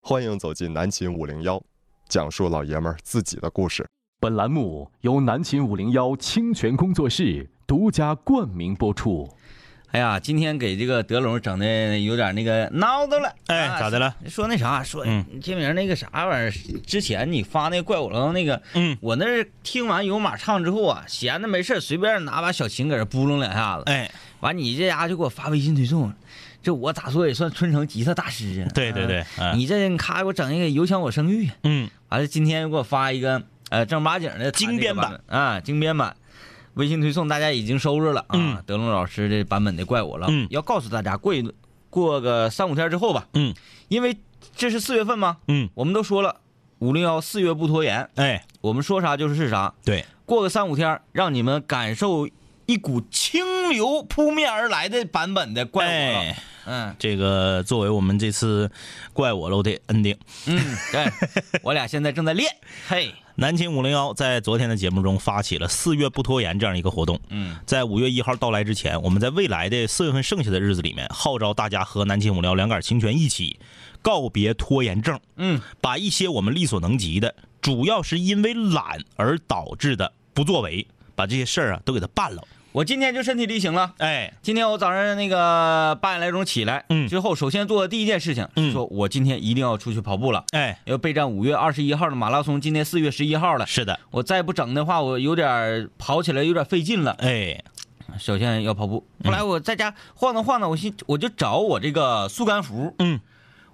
欢迎走进南秦五零幺，讲述老爷们儿自己的故事。本栏目由南秦五零幺清泉工作室独家冠名播出。哎呀，今天给这个德龙整的有点那个孬叨了。哎，啊咋的了？说那啥，说嗯建明那个啥玩意儿，之前你发那个怪五郎那个，嗯，我那是听完有马唱之后啊，闲着没事儿随便拿把小琴搁这拨弄两下子，哎，完你这家就给我发微信推送，这我咋说也算春城吉他大师啊。对对对，啊，嗯你这咔给我整一个有想我生育，啊嗯，完了今天又给我发一个呃正儿八经的弹这个精编版版本啊，精编版。微信推送大家已经收着了啊，嗯德龙老师这版本的怪我了，嗯要告诉大家过一过个三五天之后吧，嗯，因为这是四月份嘛，嗯，我们都说了五零幺四月不拖延，哎，我们说啥就是啥，对，过个三五天让你们感受一股清流扑面而来的版本的怪我了，哎，嗯这个作为我们这次怪我喽的 ending，嗯，对，我俩现在正在练，嘿，南秦五零幺在昨天的节目中发起了四月不拖延这样一个活动。嗯，在五月一号到来之前，我们在未来的四月份剩下的日子里面，号召大家和南秦五零幺两杆清泉一起告别拖延症。嗯，把一些我们力所能及的，主要是因为懒而导致的不作为，把这些事儿啊都给它办了。我今天就身体力行了。哎，今天我早上那个八点来钟起来，嗯之后首先做的第一件事情，嗯是说我今天一定要出去跑步了，哎，要备战五月二十一号的马拉松，今天四月十一号了，是的，我再不整的话，我有点儿跑起来有点费劲了。哎，首先要跑步，嗯后来我在家晃荡晃荡，我心我就找我这个速干服，嗯，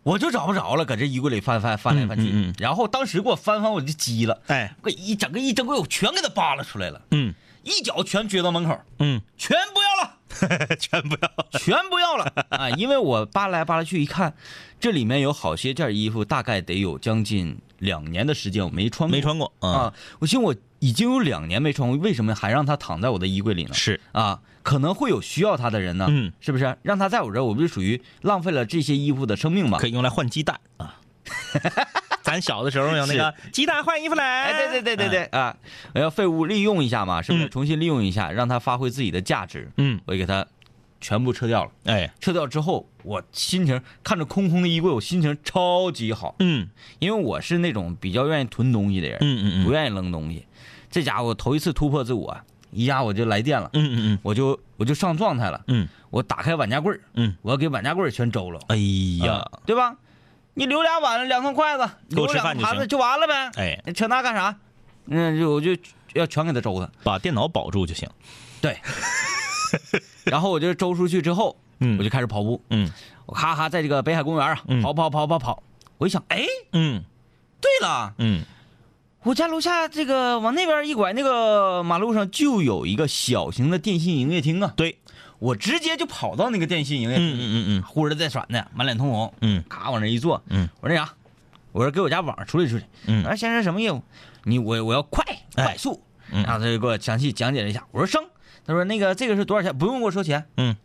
我就找不着了，搁这衣柜里翻翻翻来翻去，嗯嗯嗯然后当时给我翻翻我就急了，哎，我一整个一整个我全给它扒拉出来了，嗯一脚全撅到门口，嗯，全不要了。全不要。 全不要 了啊！因为我扒来扒拉去一看，这里面有好些件衣服，大概得有将近两年的时间我没穿过，没穿过啊、啊！我寻思我已经有两年没穿过，为什么还让它躺在我的衣柜里呢？是，啊，可能会有需要它的人呢，嗯，是不是？让它在我这儿，我不是属于浪费了这些衣服的生命吗可？以用来换鸡蛋 啊。咱小的时候有那个鸡蛋换衣服来，哎，对对对对对啊！我要废物利用一下嘛，是不是？嗯重新利用一下，让它发挥自己的价值。嗯，我就给它全部撤掉了。嗯，哎，撤掉之后，我心情看着空空的衣柜，我心情超级好，嗯因为我是那种比较愿意囤东西的人，嗯嗯不嗯愿意扔东西。这家伙头一次突破自我，一下我就来电了，嗯嗯我就我就上状态了，嗯我打开碗架柜儿嗯，我要给碗架柜儿全周了，哎呀，啊对吧？你留俩碗，两双筷子，给我留吃两饭个就盘子行就完了呗，哎，你扯那干啥？嗯，就我就要全给他周他，把电脑保住就行。 然后我就周出去之后，嗯，我就开始跑步，嗯我咔咔在这个北海公园啊嗯跑跑跑跑跑，我一想，哎，嗯对了，嗯，我家楼下这个往那边一拐，那个马路上就有一个小型的电信营业厅啊，对，我直接就跑到那个电信营业嗯厅，嗯嗯呼哧带喘的，满脸通红，嗯咔往那一坐，嗯我说那啥，我说给我家网上处理处理，嗯我说先生什么业务？你我我要快哎快速，嗯然后他就给我详细讲解了一下，我说升，他说那个这个是多少钱？不用给我收钱，嗯，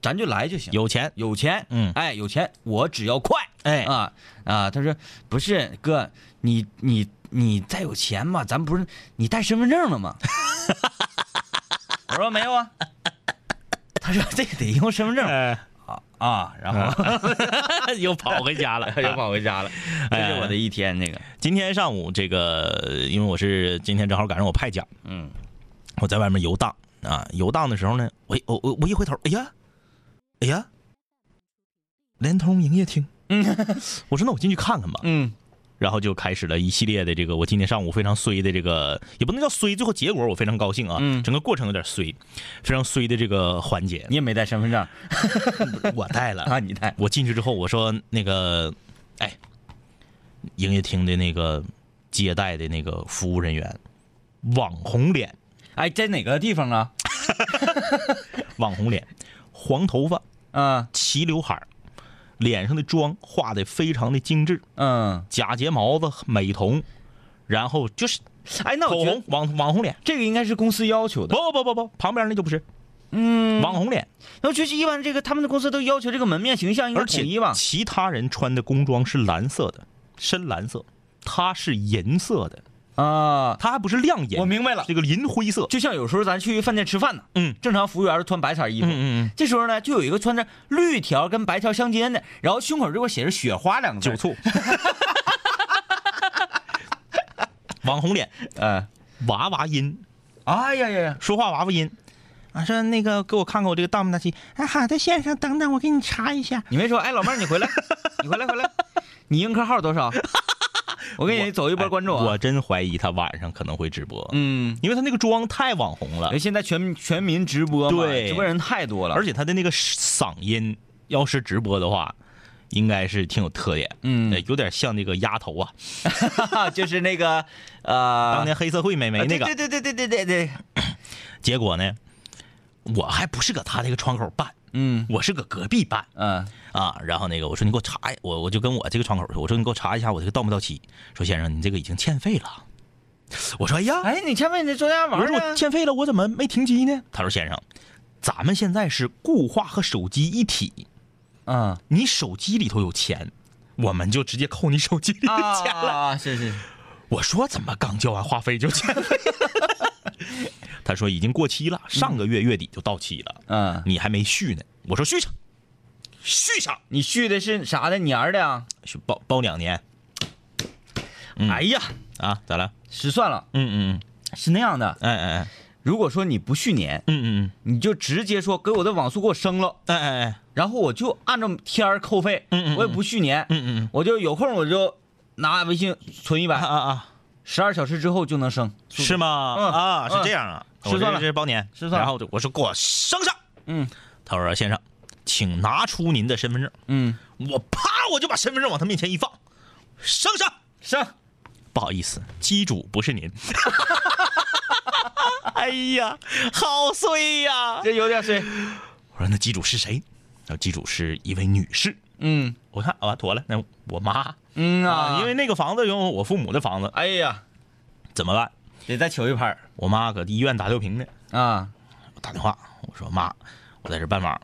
咱就来就行，有钱，有钱，嗯哎，有钱，我只要快，哎啊啊！他说不是哥，你你你再有钱嘛，咱不是你带身份证了吗？我说没有啊。他说这个得用身份证哎，啊，然后 又跑回家了， 哎又跑回家了。这是我的一天，那个今天上午这个，因为我是今天正好赶上我派奖，嗯，我在外面游荡啊，游荡的时候呢，我一我我我一回头，哎呀，哎呀，联通营业厅， 我说那我进去看看吧，嗯然后就开始了一系列的这个我今天上午非常衰的这个，也不能叫衰，最后结果我非常高兴啊，嗯整个过程有点衰，非常衰的这个环节， 你也没带身份证我带了，啊？你带我进去之后，我说那个，哎，营业厅的那个接待的那个服务人员，网红脸，哎，在哪个地方啊？网红脸，黄头发，啊齐刘海儿，脸上的妆画的非常的精致，嗯，假睫毛子、美瞳，然后就是哎，那口我觉得红网网红脸，这个应该是公司要求的。不不不不，旁边那就不是，嗯，网红脸，那就是一般这个他们的公司都要求这个门面形象应该而统且一吧？其他人穿的工装是蓝色的，深蓝色，他是银色的，啊，他还不是亮银，我明白了这个银灰色。就像有时候咱去饭店吃饭呢，嗯，正常服务员都穿白色衣服，嗯嗯这时候呢 就有一个穿着绿条跟白条相间的，然后胸口这块写着“雪花”两个字，酒醋，网红脸，嗯，娃娃音，哎呀呀呀，说话娃娃音。啊，说那个给我看看我这个大不大气啊？好的，先生，等等，我给你查一下。你没说，哎，老妹儿，你 回来，你回来，回来，你映客号多少？我给你走一波关注啊。哎我真怀疑他晚上可能会直播，嗯，哎因为他那个妆太网红了因为，现在全全民直播嘛，对直播人太多了，而且他的那个嗓音，要是直播的话，应该是挺有特点，哎嗯对有点像那个丫头啊， 就是那个呃，当年黑社会美眉啊那个。对对对对对对对，结果呢，我还不是搁他那个窗口办，嗯我是搁隔壁办嗯啊。然后那个我说你给我查一，我我就跟我这个窗口说，我说你给我查一下我这个到没到期。说先生，你这个已经欠费了。我说哎呀，哎，你前面你中间玩我说呢我？欠费了，我怎么没停机呢？他说先生，咱们现在是固话和手机一体，嗯你手机里头有钱，我们就直接扣你手机里的 啊钱了。啊，是是，我说怎么刚交完话费就欠费了？ 他说已经过期了，上个月月底就到期了，嗯，你还没续呢。我说续上，续上，你续的是啥的？你儿的啊？续包包两年嗯哎呀，啊？咋了？失算了，嗯嗯是那样的。嗯，哎哎哎，如果说你不续年，嗯嗯你就直接说给我的网速给我升了，嗯，哎哎哎，然后我就按照天儿扣费，嗯嗯嗯我也不续年，嗯嗯我就有空我就拿微信存一嗯，啊百，啊啊，十二小时之后就能升，速度是？吗？嗯啊，是嗯这样啊，失我这算了这是包年，失算了然后我就我说给我升上，嗯他说先生，请拿出您的身份证。嗯，我啪我就把身份证往他面前一放，升上。升，不好意思，机主不 是您。哎呀，好碎呀！这有点水，我说那机主是谁？然后机主是一位女士。嗯我看啊，妥了，那我妈嗯啊，因为那个房子拥有我父母的房子，哎呀，怎么办？得再求一盘儿我妈搁医院打吊瓶呢。啊，我打电话，我说妈，我在这办网，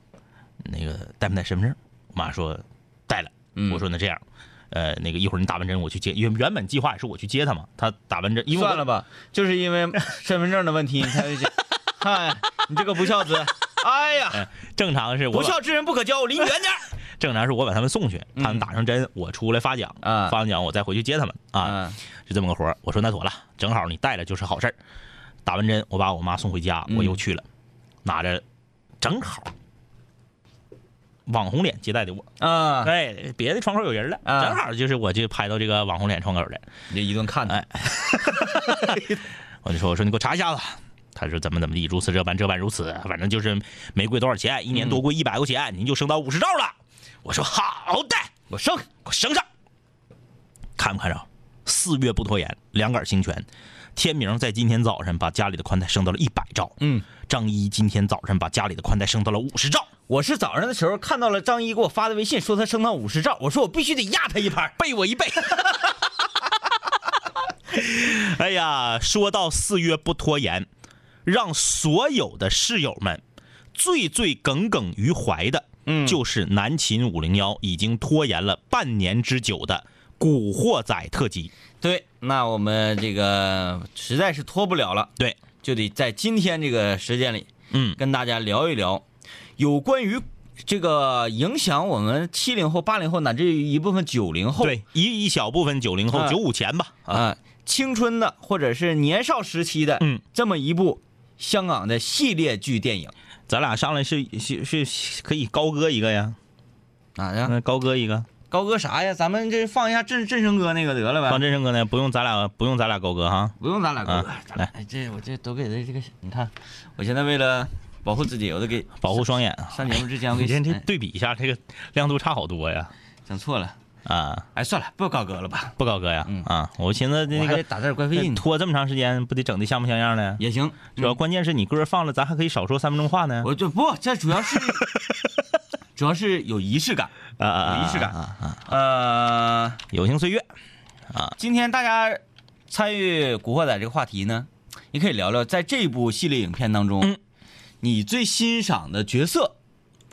那个带没带身份证？我妈说带了。嗯我说那这样，呃，那个一会儿你打完针我去接，因为原本计划也是我去接她嘛。她打完针，因为我算了吧，就是因为身份证的问题，你才会 这，哎，你这个不孝子，哎呀，正常是我不把孝之人不可教，离你远点儿。正常是我把他们送去，他们打上针，我出来发奖， 啊发完奖我再回去接他们啊，啊，是这么个活儿。我说那妥了，正好你带了就是好事儿。打完针，我把我妈送回家，嗯我又去了，拿着正好网红脸接待的我，啊，哎，别的窗口有人了，啊正好就是我就拍到这个网红脸窗口了，你这一顿看他，我就说我说你给我查一下子。他说怎么怎么地，如此这般这般如此，反正就是没贵多少钱，一年嗯多贵一百块钱，您就升到五十兆了。我说好的，我升，给我升上！看没看着？四月不拖延，两杆儿清泉。天明在今天早晨把家里的宽带升到了一百兆，嗯，张一今天早晨把家里的宽带升到了五十兆，我是早上的时候看到了张一给我发的微信，说他升到五十兆，我说我必须得压他一盘 儿，背我一背。 哎呀，说到四月不拖延，让所有的室友们最最耿耿于怀的，嗯，就是南秦五零幺已经拖延了半年之久的《古惑仔》特辑。对，那我们这个实在是拖不了了，对，就得在今天这个时间里嗯，跟大家聊一聊有关于这个影响我们七零后、八零后乃至于一部分九零后对，一一小部分九零后、啊九五前吧，啊，啊、青春的或者是年少时期的，嗯，这么一部香港的系列剧电影咱俩上来是是是可以高歌一个呀，啊呀，嗯，高歌一个，高歌啥呀？咱们这放一下振振声哥那个得了放呗，振声哥呢，不用咱俩不用咱俩高歌哈，不用咱俩高歌，啊咱俩来哎，这我这都给他这个，你看，我现在为了保护自己，我都给保护双眼啊。上节目之前我你给这这哎对比一下，这个亮度差好多呀，整错了，啊，哎，算了，不高歌了吧，不高歌呀嗯，啊，我哎寻思我那还得个打字儿怪费那劲的，拖这么长时间，不得整的像模像样的？也行，主要关键是你歌放了，咱还可以少说三分钟话呢。我就不，这主要 是主要是有仪式感，啊啊啊有仪式感啊啊啊！呃。友情岁月，今天大家参与《古惑仔》这个话题呢，也可以聊聊在这部系列影片当中，嗯你最欣赏的角色，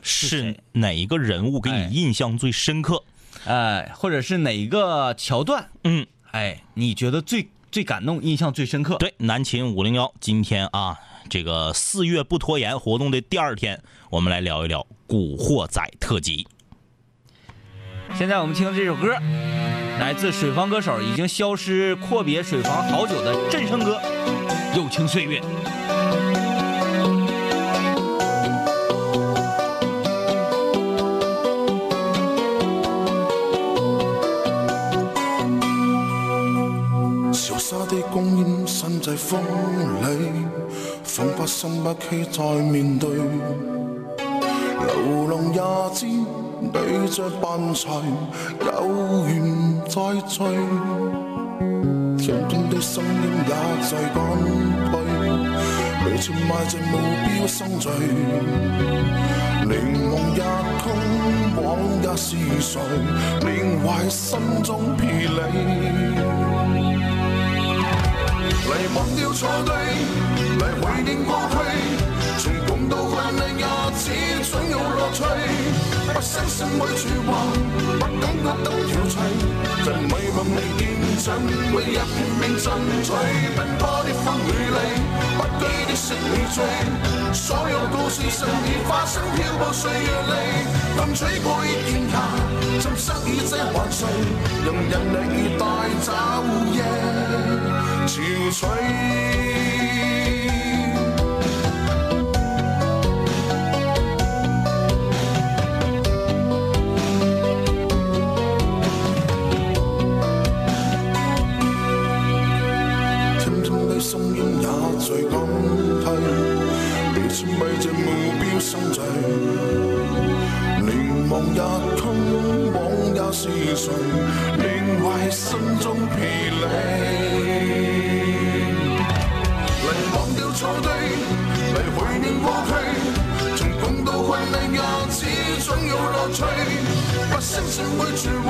是谁哪一个人物给哎你印象最深刻？哎、或者是哪一个桥段，嗯，哎，你觉得最最感动、印象最深刻？，对，南秦五零幺，今天啊，这个四月不拖延活动的第二天，我们来聊一聊《古惑仔》特辑。现在我们听的这首歌，来自水房歌手已经消失、阔别水房好久的振声哥，《友情岁月》。潮沙的光阴，身际风里，仿佛心不期再面對。流浪也知，你在伴隨，有緣再聚。天空的聲音也在乾杯，未全邁進目標生聚。凝望日空，往日是誰？缅懷心中疲累。嚟忘掉錯對，嚟懷念過去，從共度患難日子總有樂趣。不相信每處話，不感覺都有趣，盡美夢未見盡，每日拼命進取，奔波的風雨裏，不羈的是你醉。所有故事順已發生，漂泊歲月裏，淡取過憶天下，浸濕與這幻睡，用人類代找憶。潮水。天空的聲音也在減退，你是咪這目標心醉？凝望日空，往日是誰？緬懷心中疲累。嚟忘掉錯對，嚟回念過去，從共度困難日子總有樂趣。不相信每句話，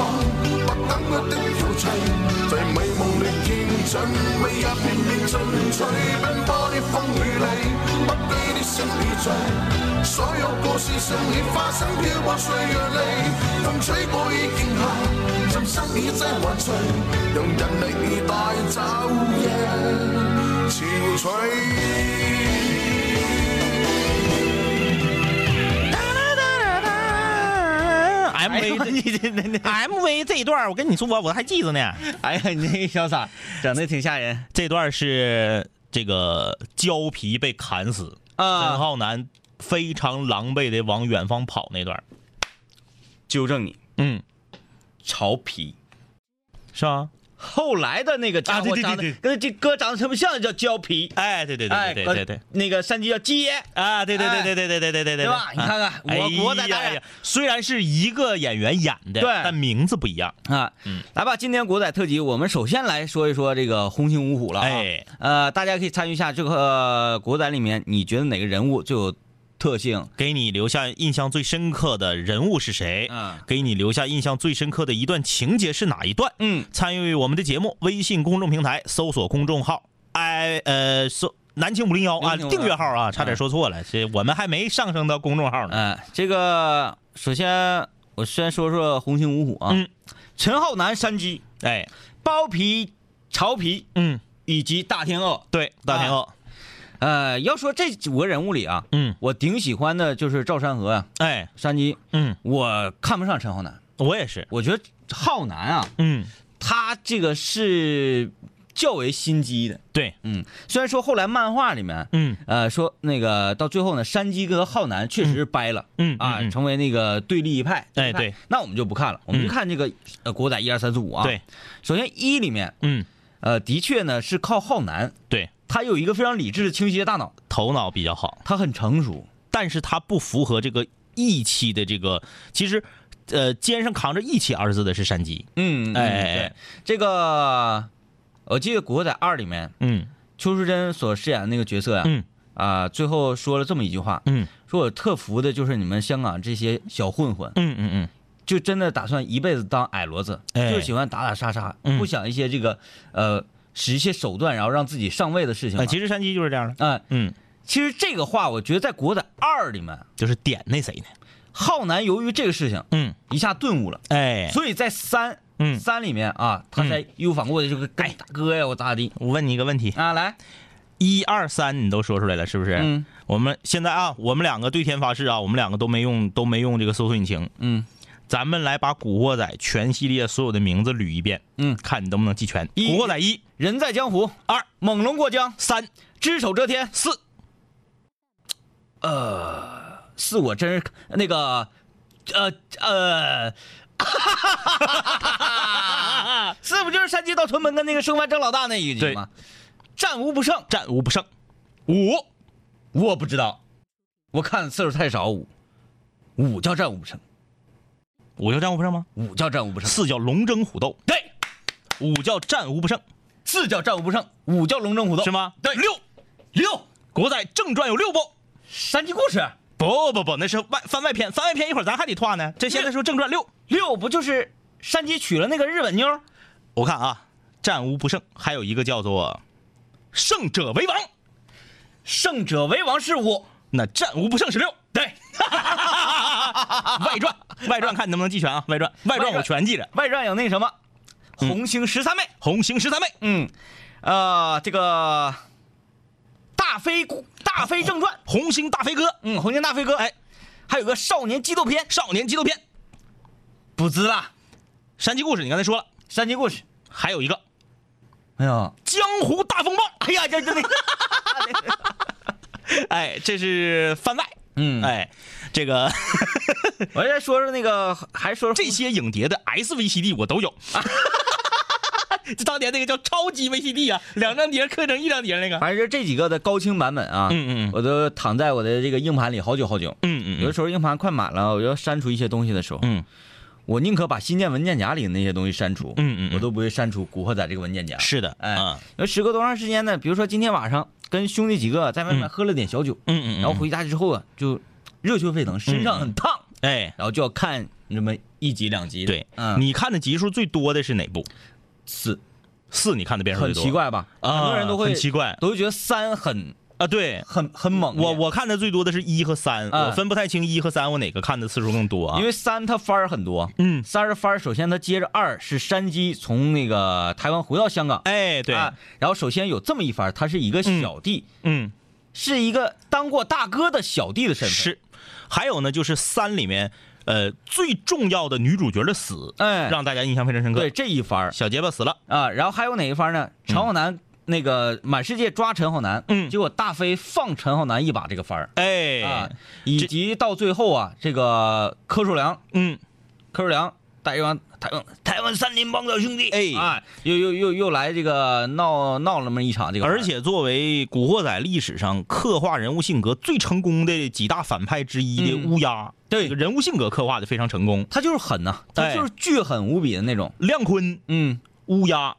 不等我的有趣，在美夢裏見準，每日拼命進取，奔波的風雨裏，不羈的心已醉。所有故事順利發生，漂泊歲月裏，風吹過已見下，浸濕已擠還碎，用人力帶走夜。潮吹。哎哎 MV 你 这那那， MV 这一段儿，我跟你说，我我还记着呢。哎呀，你这个潇洒整的挺吓人这段是这个胶皮被砍死，陈啊！浩南非常狼狈的往远方跑那段儿，纠正你，嗯，潮皮。是吧？后来的那个家啊对伙对对长得对跟这歌长得特别像，叫胶皮。哎，对对对哎，对搁对对对，那个山鸡叫街。啊，对对对对对对对对对对，对吧你看看我国在在大家虽然是一个演员演的，对但名字不一样。啊，嗯来吧，今天国仔特辑，我们首先来说一说这个红星五虎了啊。哎，呃，大家可以参与一下这个、呃国仔里面，你觉得哪个人物最有特性？给你留下印象最深刻的人物是谁？嗯给你留下印象最深刻的一段情节是哪一段？嗯，参与我们的节目，微信公众平台搜索公众号“哎呃搜南青五零幺”啊，南青501订阅号嗯啊，差点说错了，这我们还没上升到公众号呢。呃，这个首先我先说说红星五虎啊，嗯陈浩南山鸡、哎，包皮、曹皮嗯，以及大天鹅。对，大天啊鹅，呃，要说这五个人物里啊，嗯，我顶喜欢的就是赵山河啊，哎，山鸡，嗯，我看不上陈浩南，我也是，我觉得浩南啊，嗯，他这个是较为心机的。对，嗯，虽然说后来漫画里面，嗯，呃，说那个到最后呢，山鸡跟浩南确实是掰了，嗯嗯啊，嗯嗯成为那个对立一派。哎一派对，那我们就不看了，我们嗯就看这个、呃国仔一二三四五啊。对，首先一里面，嗯，呃，的确呢是靠浩南，对，他有一个非常理智的、清晰的大脑，头脑比较好，他很成熟。但是他不符合这个义气的这个，其实，呃，肩上扛着义气二字的是山鸡，嗯，嗯哎对这个我记得国仔二里面嗯邱淑贞所饰演的那个角色呀、啊，嗯最后说了这么一句话，嗯说我特服的就是你们香港这些小混混。嗯嗯嗯，就真的打算一辈子当矮骡子，哎就是喜欢打打杀杀，嗯不想一些这个呃使一些手段，然后让自己上位的事情啊，嘛。其实山鸡就是这样的，啊、嗯，其实这个话我觉得在国仔二里面，就是点那谁呢？浩南由于这个事情嗯，一下顿悟了，哎，所以在三、嗯三里面啊，他才义无反顾的就跟哎大哥呀，我咋咋地我问你一个问题，啊来，一二三，你都说出来了，是不是？嗯。我们现在啊，我们两个对天发誓啊，我们两个都没用，都没用这个搜索引擎。嗯，咱们来把《古惑仔》全系列所有的名字捋一遍，嗯看你能不能记全。一古惑仔一》人在江湖二，猛龙过江三，只手遮天四，呃，四我真是那个，呃呃， 四不就是山鸡到屯门跟那个生番郑老大那一集吗？战无不胜，战无不胜，五，我不知道，我看的次数太少，五，五叫战无不胜，五叫战无不胜吗？五叫战无不胜，四叫龙争虎斗，对，五叫战无不胜，四叫战无不胜，五叫龙争虎斗是吗？对，六，《六古惑仔》正传有六部。山鸡故事。不不不，那是外番外篇，番外篇一会儿咱还得画呢。这现在说正传六，六不就是山鸡娶了那个日本妞儿？我看啊，战无不胜，还有一个叫做胜者为王，胜者为王是五，那战无不胜是六。对， 外传，外传看你能不能记全啊？外传，外传我全记着。外传有那什么，红星十三妹，红星十三妹，嗯，呃，这个大飞大飞正传，红星大飞哥，嗯，红星大飞哥，哎，还有个少年激斗篇，少年激斗篇，不知啦，山鸡故事你刚才说了，山鸡故事，还有一个哎呀，江湖大风暴，哎呀，这这那个， 哎，这是番外。嗯哎，哎，这个 我再说说那个，还说说这些影碟的 SVCD 我 都有。这当年那个叫超级 VCD 啊，两张碟刻成一张碟那个。反正就这几个的高清版本啊，嗯嗯嗯我都躺在我的这个硬盘里好久好久。嗯嗯有的时候硬盘快满了，我要删除一些东西的时候，嗯，我宁可把新建文件夹里的那些东西删除，嗯嗯嗯我都不会删除《古惑仔》这个文件夹。是的，哎嗯，那时隔多长时间呢？比如说今天晚上跟兄弟几个在外面嗯喝了点小酒，嗯嗯嗯然后回家之后啊，就热血沸腾，身上很烫，哎，然后就要看那么一集两集的。对，嗯，你看的集数最多的是哪部？四四，你看的遍数很最多。奇怪吧？啊，很多人都会很奇怪都会觉得三很啊。对，很很猛烈。我我看的最多的是一和三，嗯我分不太清一和三我哪个看的次数更多啊。因为三它番儿很多，嗯三是番儿，首先它接着二是山鸡从那个台湾回到香港，哎，对，啊然后首先有这么一番儿，他是一个小弟，嗯，是一个当过大哥的小弟的身份，，是。还有呢，就是三里面，呃，最重要的女主角的死，哎，让大家印象非常深刻对。这一番儿小结巴死了，啊，然后还有哪一番儿呢？陈浩南、那个满世界抓陈浩南，嗯结果大飞放陈浩南一把这个番儿哎，啊，以及到最后啊，这个柯树良，嗯，柯树良。台湾台湾台湾三林帮的兄弟，哎啊，又又又又来这个闹闹了那么一场这个番儿，而且作为《古惑仔》历史上刻画人物性格最成功的几大反派之一的嗯乌鸦，对这个人物性格刻画的非常成功。他就是狠呐、他哎就是巨狠无比的那种。亮坤、嗯，乌鸦，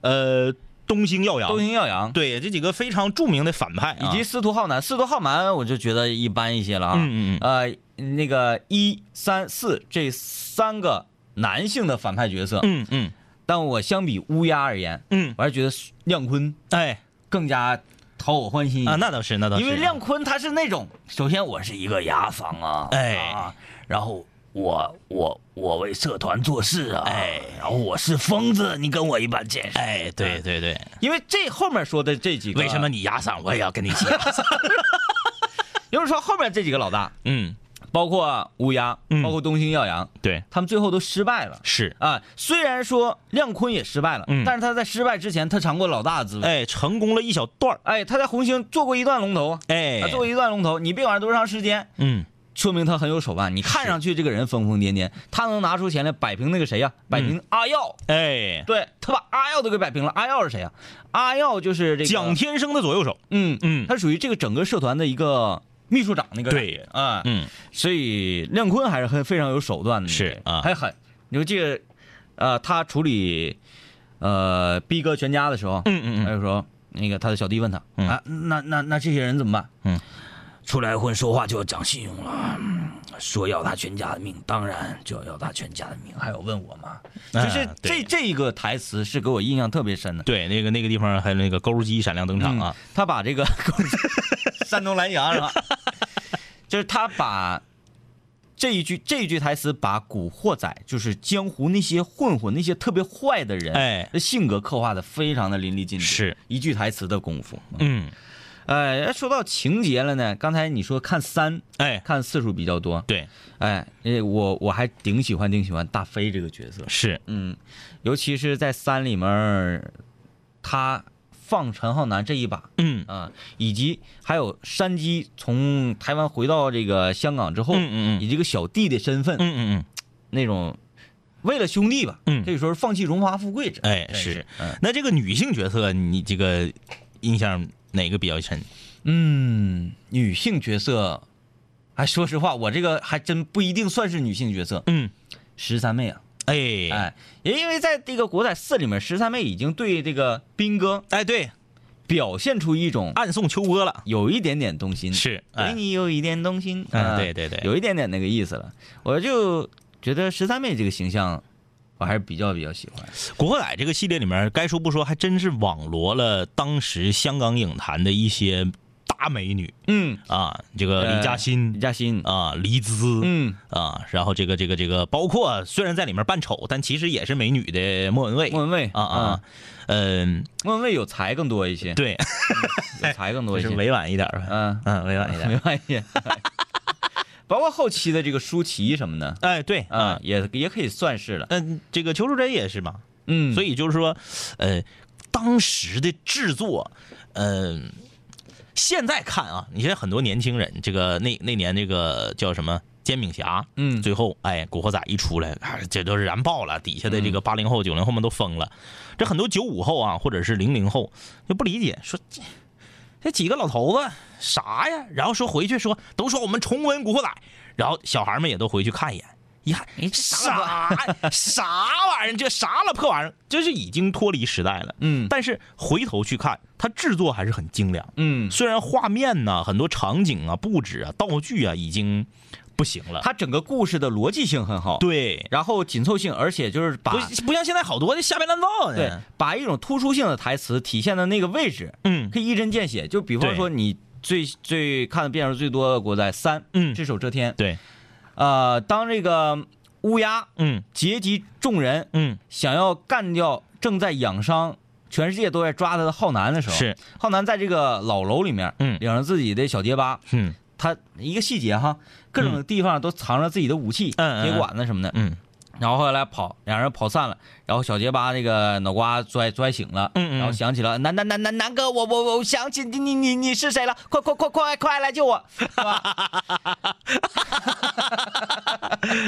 呃，东星耀东阳，星耀阳对这几个非常著名的反派、以啊，及司徒浩南，司徒浩南我就觉得一般一些了啊。嗯嗯呃，那个一三四这三个男性的反派角色，嗯嗯但我相比乌鸦而言，嗯，我还是觉得亮坤哎更加讨我欢心一些啊，那倒是那倒是，因为亮坤他是那种，首先我是一个牙坊啊，哎啊，然后我我我为社团做事啊，哎，然后我是疯子，你跟我一般见识，哎，对对对，因为这后面说的这几个，为什么？你压嗓我也要跟你一起压？ 也就是说后面这几个老大，嗯，包括乌鸦，嗯包括东星耀阳，对，他们最后都失败了。是，啊，虽然说亮坤也失败了，嗯但是他在失败之前，他尝过老大的滋味。哎，成功了一小段儿，哎，他在红星做过一段龙头啊，哎他，做过一段龙头，你别管多长时间，嗯，说明他很有手腕。你看上去这个人疯疯癫癫，他能拿出钱来摆平那个谁嗯呀、摆平阿耀，哎，对他把阿耀都给摆平了。阿耀是谁呀、阿耀就是这个蒋，天生的左右手，嗯嗯他属于这个整个社团的一个秘书长那个感对觉啊，嗯，所以亮坤还是很非常有手段的，是啊还狠。你就记得，呃，他处理呃逼哥全家的时候，嗯嗯嗯他就说那个他的小弟问他、嗯啊，那那那这些人怎么办？嗯，出来混说话就要讲信用了，说要他全家的命，当然就要要他全家的命，还有问我吗？就是啊这对这一个台词是给我印象特别深的。对，那个那个地方还有那个钩机闪亮登场啊，嗯他把这个 山东蓝翔是吧？就是他把这一句这一句台词，把古惑仔就是江湖那些混混那些特别坏的人，哎的性格刻画的非常的淋漓尽致，是一句台词的功夫。嗯，呃，说到情节了呢，刚才你说看三，哎，看次数比较多，对，哎，因为我我还挺喜欢挺喜欢大飞这个角色，是，嗯，尤其是在三里面儿，他放陈浩南这一把，嗯啊，以及还有山鸡从台湾回到这个香港之后，嗯嗯嗯以这个小弟的身份，嗯嗯那种为了兄弟吧，嗯这时候放弃荣华富贵这，哎真是是，嗯嗯。那这个女性角色，你这个印象哪个比较深？嗯，女性角色，哎，说实话，我这个还真不一定算是女性角色，嗯，十三妹啊，哎哎哎，也因为在这个国仔四里面，十三妹已经对这个斌哥对，表现出一种暗送秋波了，有一点点动心，是，对哎，啊你有一点动心，嗯啊对对对有一点点那个意思了。我就觉得十三妹这个形象，我还是比较比较喜欢。古惑仔这个系列里面，该说不说，还真是网罗了当时香港影坛的一些大美女嗯，啊，这个李嘉李欣呃嘉欣，啊，黎姿，嗯，啊，然后这个这个这个，包括虽然在里面扮丑，但其实也是美女的莫文蔚莫文蔚啊啊，，嗯，莫文蔚有才更多一些，对，有才更多就一 是些，委婉一点吧，嗯，嗯，委婉一没点，关系。 包括后期的这个舒淇什么的，哎，对啊啊，，也也可以算是了。嗯，这个邱淑贞也是嘛，嗯所以以就是说，呃，当时的制作，嗯、现在看啊，你现在很多年轻人，这个那那年那个叫什么煎饼侠，嗯最后哎，古惑仔一出来，啊这都是燃爆了，底下的这嗯个八零后、九零后们都疯了，这很多九五后啊，或者是零零后就不理解，说这这几个老头子啥呀？然后说回去说都说我们重温古惑仔，然后小孩们也都回去看一眼。一看，哎这啥哎 啥玩意儿？这啥了破玩意儿？这是已经脱离时代了。嗯但是回头去看，它制作还是很精良。嗯，虽然画面呐、很多场景啊、布置啊、道具啊已经不行了。它整个故事的逻辑性很好，，对，然后紧凑性，而且就是把不不像现在好多的瞎编乱造呢。对，把一种突出性的台词体现的那个位置，嗯可以一针见血。就比方对说你最最看的遍数最多的国在三，嗯只手遮天，对，呃，当这个乌鸦嗯结集众人，嗯，想要干掉正在养伤。全世界都在抓他的浩南的时候，是浩南在这个老楼里面，嗯领着自己的小结巴，嗯他一个细节哈，各种地方都藏着自己的武器、嗯嗯嗯铁管子什么的，嗯然后后来跑，两人跑散了，然后小结巴那个脑瓜摔摔醒了，嗯嗯然后想起了南南南南南哥，我我我想起你你你你是谁了，快快快快快来救我，是吧？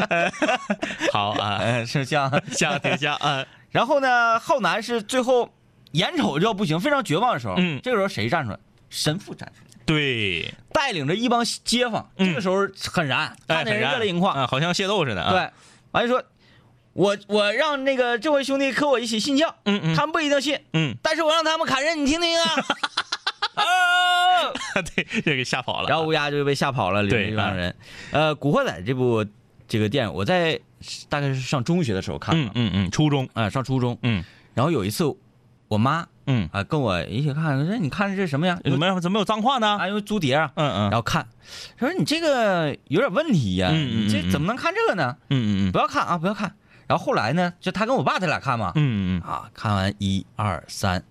好啊，嗯，是这样。像挺像 啊， 然后呢，浩南是最后眼瞅就要不行，非常绝望的时候，嗯这个时候谁站出来？神父站出来，对，带领着一帮街坊，嗯这个时候很燃，哎看的很人燃热泪盈眶，啊，好像械斗似的啊。，对，完了说，我我让那个这位兄弟和我一起信教，嗯嗯他们不一定信，嗯， 但是我让他们砍人，你听听 啊。啊！对，这给吓跑了啊。然后乌鸦就被吓跑了，里面对这帮人。呃，《古惑仔》这部这个电影，我在大概是上中学的时候看的嗯啊、嗯嗯，初中，上初中。嗯然后有一次，我妈嗯，啊跟我一起看，说你看这什么呀？怎么样怎么有脏话呢？啊，因为租碟啊，嗯嗯然后看，说你这个有点问题呀、嗯嗯嗯你这怎么能看这个呢？嗯嗯不要看啊，不要看。然后后来呢，就他跟我爸他俩看嘛，嗯嗯啊，看完一二三，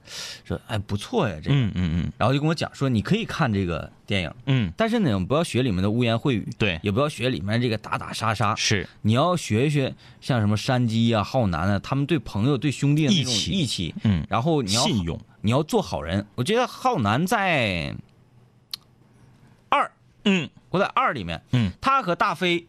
说哎不错呀这个，嗯嗯嗯然后就跟我讲说你可以看这个电影，嗯，但是呢不要学里面的污言秽语，对也不要学里面这个打打杀杀，是你要学一学像什么山鸡啊、浩南啊，他们对朋友、对兄弟的那种义气义气，嗯然后你要信用，你要做好人。我觉得浩南在二嗯我在二里面，嗯，他和大飞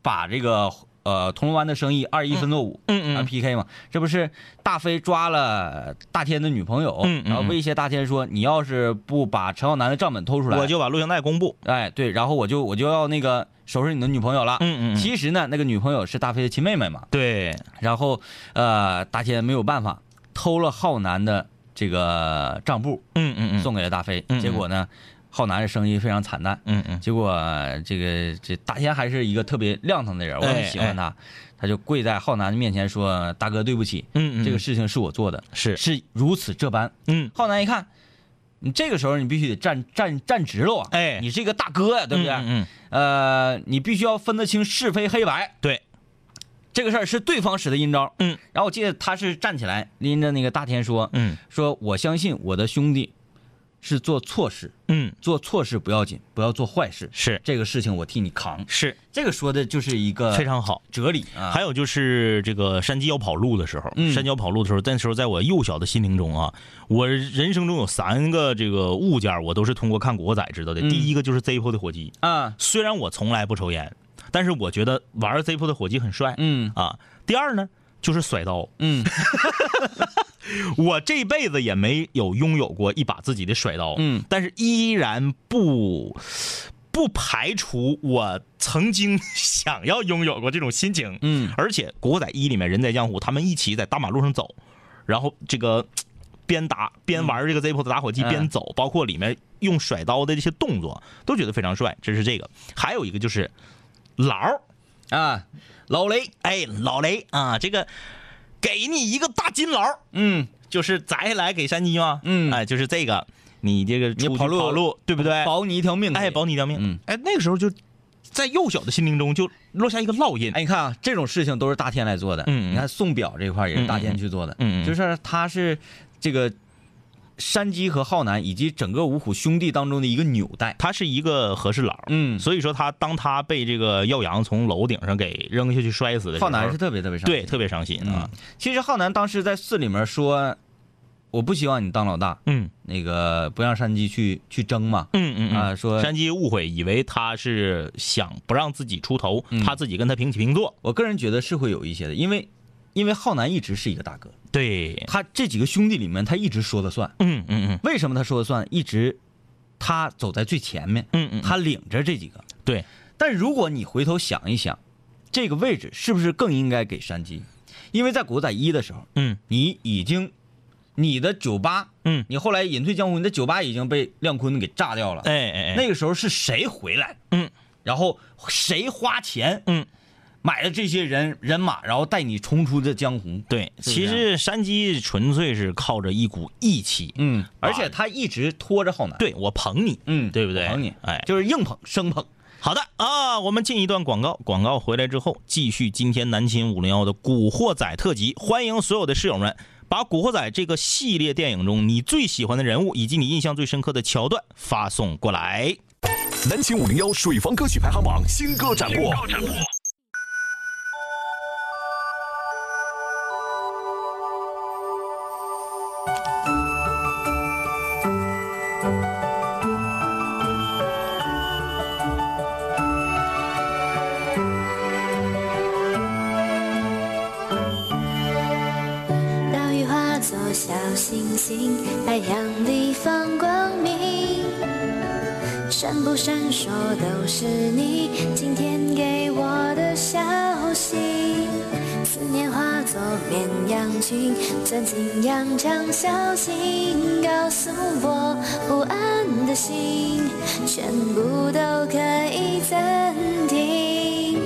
把这个呃铜锣湾的生意二一分作五，嗯嗯啊 PK 嘛，这不是大飞抓了大天的女朋友，嗯嗯嗯然后威胁大天说，你要是不把陈浩南的账本偷出来，我就把录像带公布。哎对，然后我就我就要那个收拾你的女朋友了。嗯嗯嗯，其实呢，那个女朋友是大飞的亲妹妹嘛，对，然后呃大天没有办法，偷了浩南的这个账簿嗯嗯嗯，送给了大飞，嗯嗯结果呢，浩南的生意非常惨淡。嗯嗯结果这个这大天还是一个特别亮堂的人，我很哎喜欢他，他就跪在浩南面前说：“大哥，对不起，嗯嗯，这个事情是我做的，是是如此这般。嗯”浩南一看，你这个时候你必须得站站站直了啊！哎你是一个大哥啊呀、对不对？嗯嗯呃，你必须要分得清是非黑白。对，啊这个事儿是对方使的阴招。嗯，然后我记得他是站起来拎着那个大天说：“嗯说我相信我的兄弟是做错事，嗯，做错事不要紧，不要做坏事，是这个事情我替你扛。是这个说的就是一个非常好。哲理啊，还有就是这个山鸡要跑路的时候，嗯山鸡要跑路的时候，那时候在我幼小的心灵中啊，我人生中有三个这个物件，我都是通过看《古惑仔》知道的。嗯第一个就是 Zippo 的火机，啊，虽然我从来不抽烟，但是我觉得玩 Zippo 的火机很帅，嗯啊。第二呢，就是甩刀，嗯 我这辈子也没有拥有过一把自己的甩刀，嗯，但是依然不不排除我曾经 想要拥有过这种心情，嗯而且《古惑仔一》里面人在江湖，他们一起在大马路上走，然后这个边打边玩这个 Zippo 的打火机嗯边走，包括里面用甩刀的这些动作，都觉得非常帅。这是这个，还有一个就是老儿啊，老雷，哎，老雷啊，这个给你一个大金劳儿，嗯，就是摘下来给山鸡嘛，嗯哎，就是这个，你这个你出去跑路路，对不对？保你一条命，哎，保你一条命，嗯，哎，那个时候就在幼小的心灵中就落下一个烙印，哎，你看啊，这种事情都是大天来做的。嗯嗯你看宋表这块也是大天去做的。嗯嗯嗯嗯就是他是这个山鸡和浩南以及整个五虎兄弟当中的一个纽带。他是一个和事佬儿，嗯，所以说他当他被这个耀阳从楼顶上给扔下去摔死的时候，浩南是特别特别上对特别伤心啊啊，。其实浩南当时在市里面说，我不希望你当老大，嗯那个不让山鸡去去争嘛。嗯嗯啊说山鸡误会，以为他是想不让自己出头，嗯他自己跟他平起平坐，我个人觉得是会有一些的，因为因为浩南一直是一个大哥，对，他这几个兄弟里面他一直说了算。嗯嗯嗯为什么他说了算？一直他走在最前面。嗯嗯，他领着这几个。对，但如果你回头想一想，这个位置是不是更应该给山鸡？因为在古惑仔一的时候，嗯你已经你的酒吧，嗯，你后来隐退江湖，你的酒吧已经被亮坤给炸掉了。哎哎哎，那个时候是谁回来？嗯，然后谁花钱？嗯。买了这些人人马，然后带你冲出这江湖。对，是其这实山鸡纯粹是靠着一股义气。嗯，而且他一直拖着浩南，，对我捧你，嗯对不对？捧你哎，就是硬捧 生捧。好的啊，我们进一段广告，广告回来之后继续今天南秦五零幺的《古惑仔》特辑，欢迎所有的室友们把《古惑仔》这个系列电影中你最喜欢的人物以及你印象最深刻的桥段发送过来。南秦五零幺水房歌曲排行榜新歌展播。岛屿化作小星星，太阳里放光明，闪不闪烁都是你今天给我的消息。思念化作绵羊群，钻进羊肠小径，告诉我不安的心，全部都可以暂停。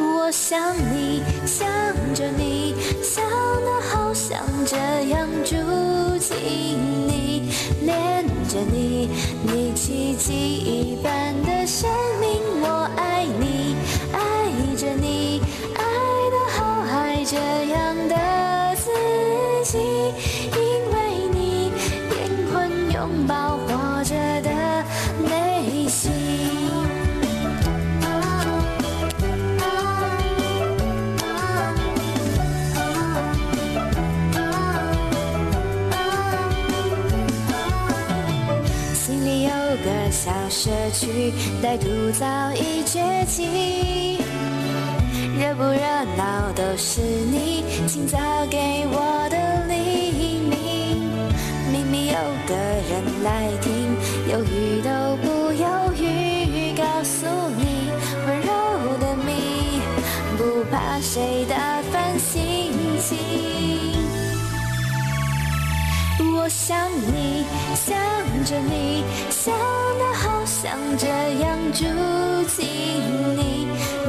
我想你，想着你，想得好想这样住进你，恋着你，你奇迹一般的生命，我爱你，爱着你，爱得好爱这样的自己，因为你，灵魂拥抱活着的内心。心里有个小社区，歹徒早已崛起。热不热闹都是你，今早给我的黎明。明明有个人来听，犹豫都不犹豫，告诉你温柔的你，不怕谁打翻心情。我想你，想着你，想得好想这样住进你，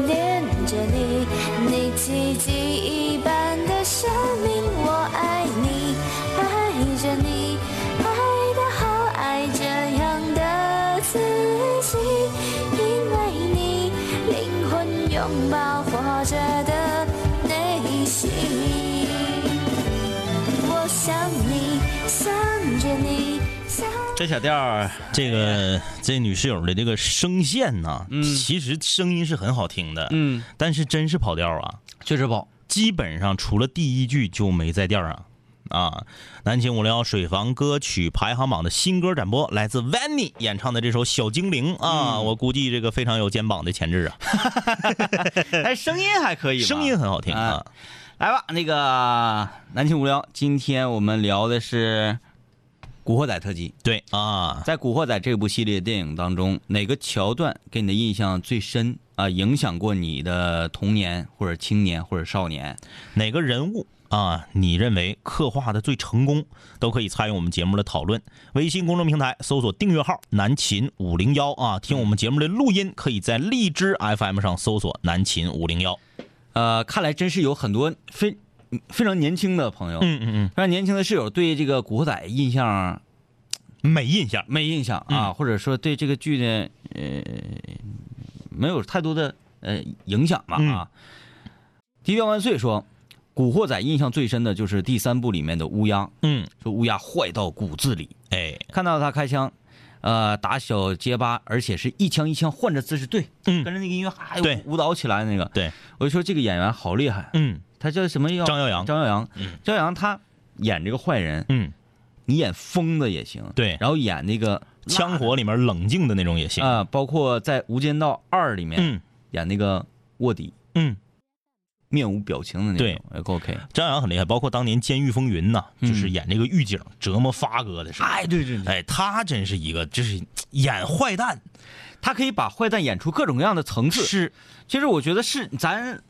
恋着你，你奇迹一般的生命，我爱你，爱着你，爱得好爱这样的自己，因为你，灵魂拥抱活着的内心。我想你，想着你，想这小调儿，这个这女室友的这个声线呐，其实声音是很好听的，嗯，但是真是跑调啊，确实跑。基本上除了第一句就没在调上。啊，南秦五零幺水房歌曲排行榜的新歌展播，来自 Vanny 演唱的这首《小精灵》啊，我估计这个非常有肩膀的潜质啊，但是哎声音还可以吧，嗯声音很好听啊。来吧，那个南秦无聊，今天我们聊的是《古惑仔》特辑。对啊，在《古惑仔》这部系列电影当中，哪个桥段给你的印象最深啊、影响过你的童年或者青年或者少年？哪个人物啊，你认为刻画的最成功，都可以参与我们节目的讨论。微信公众平台搜索订阅号“南秦五零幺”啊，听我们节目的录音，可以在荔枝 FM 上搜索“南秦五零幺呃，看来真是有很多非非常年轻的朋友，”。嗯嗯非常年轻的室友对这个《古惑仔》印象嗯，没印象。没印象啊，嗯或者说对这个剧呢，呃，没有太多的呃影响吧嗯啊。迪彪万岁说，《古惑仔》印象最深的就是第三部里面的乌鸦，嗯，说乌鸦坏到骨子里，哎，看到他开枪，呃，打小结巴，而且是一枪一枪换着姿势对，嗯跟着那个音乐还对舞蹈起来那个，对，我就说这个演员好厉害，嗯他叫什么？叫张耀扬张耀扬，张耀扬他演这个坏人，嗯，你演疯子也行，对然后演那个枪火里面冷静的那种也行。啊、包括在《无间道二》里面、嗯演那个卧底，嗯，面无表情的那种，对也够 OK。张扬很厉害，包括当年《监狱风云》呐，就是嗯演这个狱警折磨发哥的时候。哎，对对对，哎，他真是一个，就是演坏蛋，他可以把坏蛋演出各种各样的层次。是其实我觉得是咱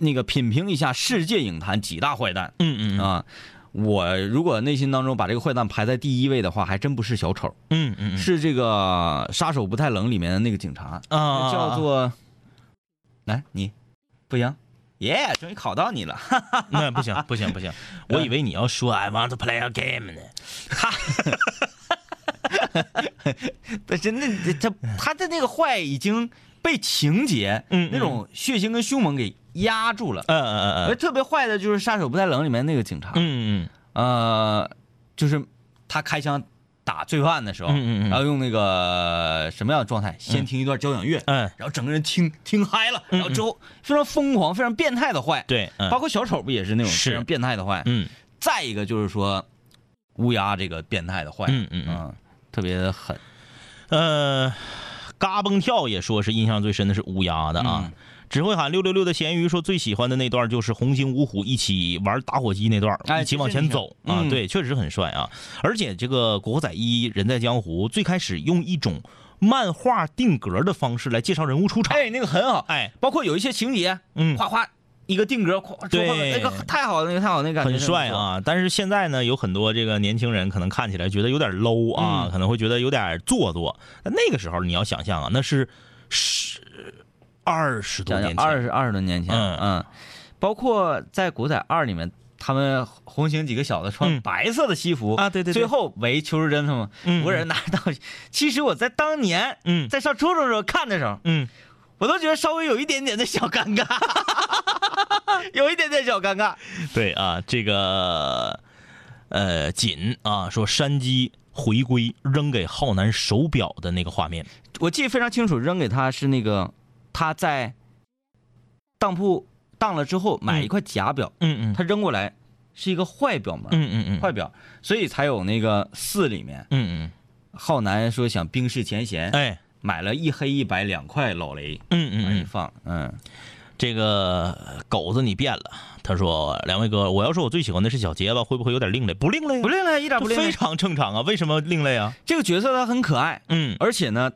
那个品评一下世界影坛几大坏蛋嗯嗯啊。我如果内心当中把这个坏蛋排在第一位的话，还真不是小丑，嗯嗯嗯是这个《杀手不太冷》里面的那个警察，啊，叫做来你不行，耶，终于考到你了。 那不行不行 不行，我以为你要说哎 I want to play a game 呢。但是那这这他的那个坏已经被情节，嗯嗯那种血腥跟凶猛给压住了。嗯嗯嗯而特别坏的就是《杀手不太冷》里面那个警察，嗯嗯呃，就是他开枪打罪犯的时候，嗯嗯嗯然后用那个什么样的状态，先听一段交响乐，嗯，然后整个人听听嗨了，然后之后非常疯狂、非常变态的坏，，对，嗯包括小丑不也是那种是非常变态的坏？嗯再一个就是说乌鸦这个变态的坏，嗯嗯嗯啊特别的狠，呃，嘎嘣跳也说是印象最深的是乌鸦的嗯啊。只会喊六六六的咸鱼说最喜欢的那段就是红星五虎一起玩打火机那段，哎一起往前走这是印象啊，嗯对，确实很帅啊。而且这个《古惑仔一人在江湖》最开始用一种漫画定格的方式来介绍人物出场，哎，那个很好，哎，包括有一些情节，嗯夸夸一个定格，夸对说话那个哎太好了，那个太好了，那个感觉哎很帅啊！但是现在呢，有很多这个年轻人可能看起来觉得有点 low 啊，嗯可能会觉得有点做作。但那个时候你要想象啊，那是十二十多真的不错，年讲讲二前，十二十多年前，嗯嗯，包括在《古惑仔二》里面。他们红星几个小子穿嗯白色的西服、啊对对对最后围邱淑贞他们嗯五个人拿着刀。其实我在当年，嗯在上初中的时候看的时候，嗯，我都觉得稍微有一点点的小尴尬， 有一点点小尴尬。对啊，这个呃锦啊说山鸡回归扔给浩南手表的那个画面，我记得非常清楚，扔给他是那个他在当铺当了之后买一块假表，嗯他扔过来是一个坏表嘛，嗯嗯嗯坏表，所以才有那个四里面嗯浩南说想冰释前嫌，嗯，哎，买了一黑一白两块老雷嗯嗯往嗯里。放，嗯，这个狗子你变了，他说两位哥，我要说我最喜欢的是小结巴，会不会有点另类？不另类啊，不另类，一点不这另非类。常正常啊，为什么另类啊？这个角色他很可爱，嗯而且呢，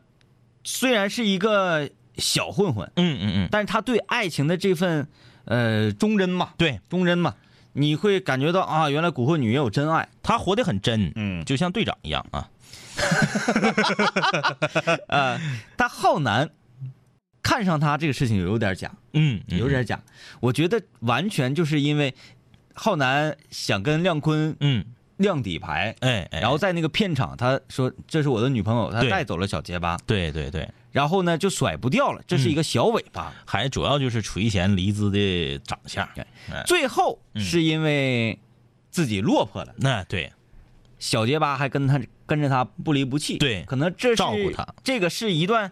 虽然是一个小混混，嗯嗯嗯，但是他对爱情的这份呃忠贞嘛，对忠贞嘛，你会感觉到啊，原来古惑女也有真爱。他活得很真，嗯就像队长一样啊。但浩南看上他这个事情有点假，嗯，嗯有点假。我觉得完全就是因为浩南想跟亮坤嗯，亮底牌，哎哎，然后在那个片场他说这是我的女朋友，他对带走了小结巴，对对对，然后呢就甩不掉了，这是一个小尾巴。还主要就是垂涎黎姿的长相。哎最后是因为自己落魄了，那对，小结巴还跟他跟跟着他不离不弃。对可能这是照顾他，这个是一段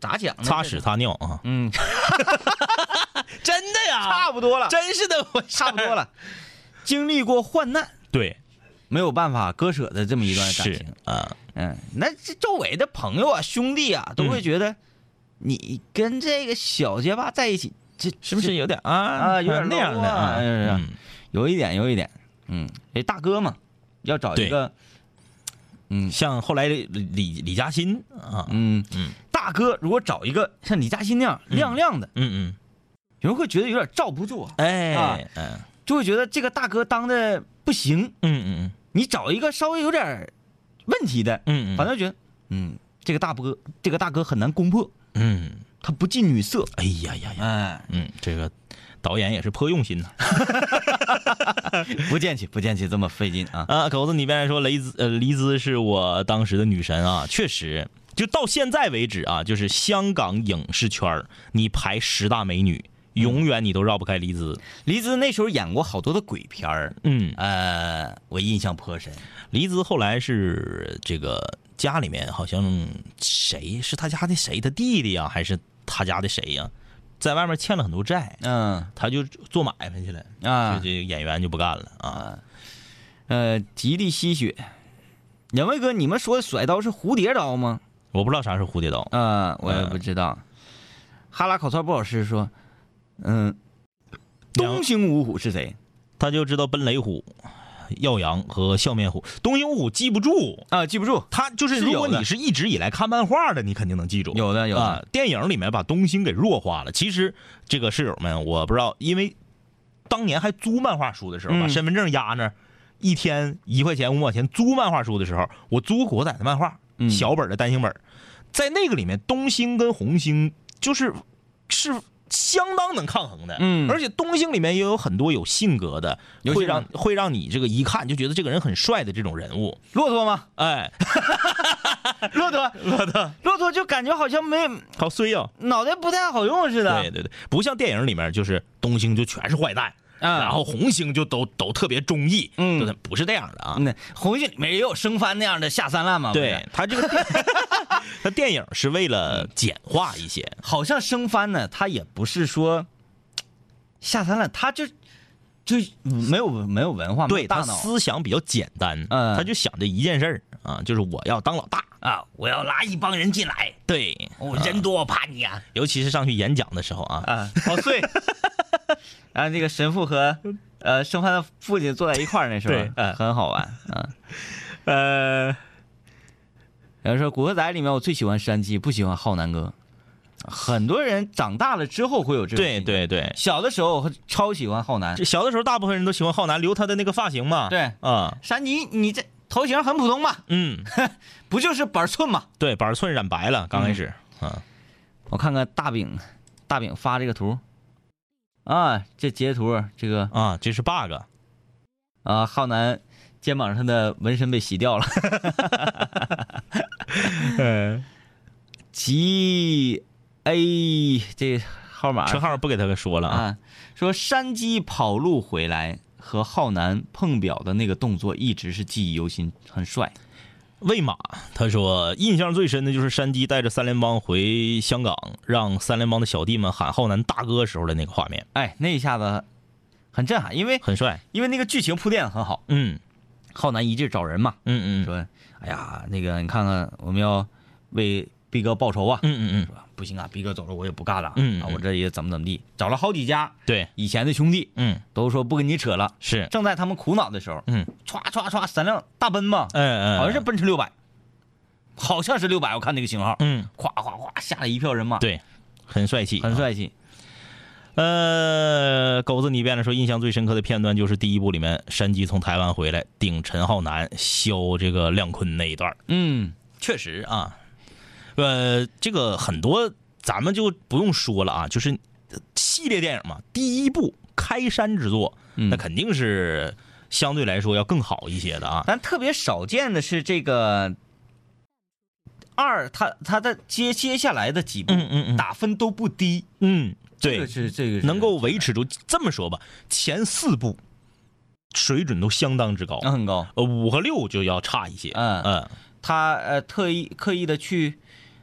咋讲呢？擦屎他，擦尿啊，嗯，真的呀，差不多了，真是的，我差不多了。经历过患难，对，没有办法割舍的这么一段感是情，啊，嗯，那这周围的朋友啊、兄弟啊，都会觉嗯得你跟这个小结巴在一起，这是不是有点啊啊有点那样 low 的啊啊？是啊嗯有一点，有一点，嗯，这大哥嘛，要找一对个，像后来李李李嘉欣啊，嗯嗯大哥如果找一个像李嘉欣那样亮亮的，嗯有人会觉得有点罩不住啊，嗯，哎，啊嗯嗯就会觉得这个大哥当的不行，嗯你找一个稍微有点问题的，嗯嗯，反正觉得，嗯，这个大哥，这个大哥很难攻破，嗯，他不近女色，哎呀呀呀，哎，嗯，这个导演也是颇用心呐。不见起，不见起这么费劲啊，啊，狗子，你别来说雷兹，呃，黎姿是我当时的女神啊，确实，就到现在为止啊，就是香港影视圈儿你排十大美女，永远你都绕不开黎姿。黎姿那时候演过好多的鬼片儿，嗯，呃，我印象颇深。黎姿后来是这个家里面好像谁是他家的谁，他弟弟啊呀、还是他家的谁呀、在外面欠了很多债，嗯他就做买卖去了，啊就，这演员就不干了啊。呃，极力吸血。两位哥，你们说的甩刀是蝴蝶刀吗？我不知道啥是蝴蝶刀，嗯，我也不知道。哈拉烤串不好吃，说，嗯，两东兴五虎是谁他就知道奔雷虎、耀阳和笑面虎，东兴虎记不住。啊？记不住，他就是，是如果有的你是一直以来看漫画的，你肯定能记住。有的有的啊，电影里面把东兴给弱化了。其实这个室友们，我不知道，因为当年还租漫画书的时候，嗯把身份证压那儿，一天一块钱五毛钱租漫画书的时候，我租国仔的漫画，嗯小本儿的单行本儿，在那个里面，东兴跟红星就是是。相当能抗衡的，嗯而且东兴里面也有很多有性格的，有会性格让会让你这个一看就觉得这个人很帅的这种人物，骆驼吗？哎， 骆驼，骆驼，骆驼就感觉好像没好衰哟、脑袋不太好用 似的。对对对，不像电影里面就是东星就全是坏蛋，嗯然后红星就都都特别忠义，嗯就是不是这样的啊。嗯，红星里面也有生番那样的下三滥嘛？不是 对，他这个电， 他电影是为了简化一些，嗯好像生番呢，他也不是说下三滥，他就就没有没有文化，没对有大他脑啊思想比较简单，嗯他就想着一件事儿啊，就是我要当老大。啊！我要拉一帮人进来，对，我、人多我怕你啊！尤其是上去演讲的时候啊，啊，好 碎。然后啊那个神父和呃生番的父亲坐在一块儿那时候对，嗯很好玩啊。呃，然后说《古惑仔》里面我最喜欢山鸡，不喜欢浩南哥。很多人长大了之后会有这种对心态，对对，小的时候我超喜欢浩南这，小的时候大部分人都喜欢浩南，留他的那个发型嘛。对啊，山鸡你这头型很普通嘛，嗯，不就是板寸嘛？对，板寸染白了，刚开始嗯啊，我看看大饼，大饼发这个图，啊，这截图，这个啊，这是 bug，啊，浩南肩膀上的纹身被洗掉了。G A 哎这号码车号不给他给说了啊。啊，说山鸡跑路回来和浩南碰表的那个动作一直是记忆犹新，很帅。喂马，他说印象最深的就是山鸡带着三联帮回香港，让三联帮的小弟们喊浩南大哥时候的那个画面，哎，那一下子很震撼，因为很帅。因为那个剧情铺垫很好。嗯浩南哎一致找人嘛，嗯嗯说，哎呀，那个你看看，我们要为逼哥报仇啊。嗯嗯嗯，说不行啊，逼哥走了我也不干了啊，嗯啊嗯我这也怎么怎么地，找了好几家对，以前的兄弟，嗯都说不跟你扯了。是，正在他们苦恼的时候，嗯歘歘歘，三辆大奔嘛，嗯嗯，好像是奔驰六百，好像是六百，我看那个型号，嗯咵咵咵下来一票人马，，对，很帅气，啊很。帅气。呃，狗子你变了说，印象最深刻的片段就是第一部里面山鸡从台湾回来顶陈浩南削这个亮坤那一段。嗯，确实啊，呃，这个很多咱们就不用说了啊，就是呃系列电影嘛，第一部开山之作，嗯那肯定是相对来说要更好一些的啊。但特别少见的是这个二，他他的接接下来的几部嗯嗯嗯打分都不低，嗯，这对个，是这个是能够维持住。这么说吧，前四部水准都相当之高，那很高。呃，五和六就要差一些。嗯嗯，他呃特意刻意的去，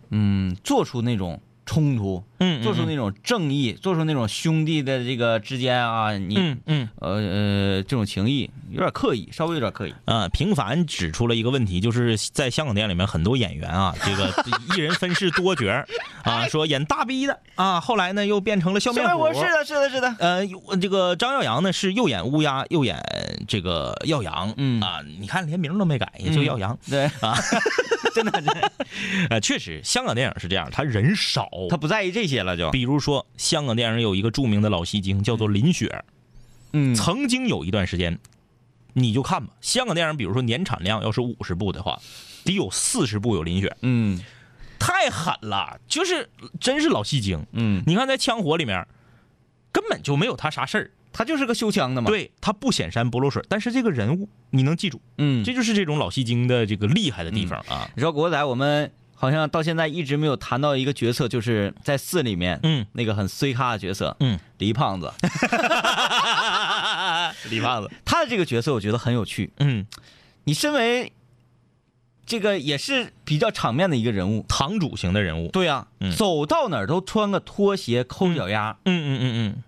嗯，做出那种冲突，嗯嗯做出那种正义，做出那种兄弟的这个之间啊，你、嗯嗯呃呃这种情谊有点刻意，稍微有点刻意。啊，平凡指出了一个问题，就是在香港电影里面，很多演员啊，这个一人分饰多角儿哎啊，说演大逼的啊，后来呢又变成了笑面小虎。我是的，是的，是的。呃，这个张耀扬呢是又演乌鸦又演这个耀扬，嗯啊，你看连名儿都没改，也就嗯耀扬。对啊，真的，真的，呃，确实，香港电影是这样，他人少，他不在意这些了就，比如说，香港电影有一个著名的老戏精叫做林雪，嗯曾经有一段时间，你就看吧，香港电影，比如说年产量要是五十部的话，得有四十部有林雪，嗯太狠了，就是真是老戏精。嗯，你看在《枪火》里面，根本就没有他啥事儿，他就是个修枪的嘛，，对他不显山不露水，但是这个人物你能记住，嗯，这就是这种老戏精的这个厉害的地方啊。你说国仔，我们好像到现在一直没有谈到一个角色，就是在四里面，嗯，那个很衰咖的角色，嗯，黎胖子， 李胖子，他的这个角色我觉得很有趣。嗯，你身为这个也是比较场面的一个人物，堂主型的人物，对呀、嗯走到哪儿都穿个拖鞋抠脚丫，嗯嗯嗯嗯。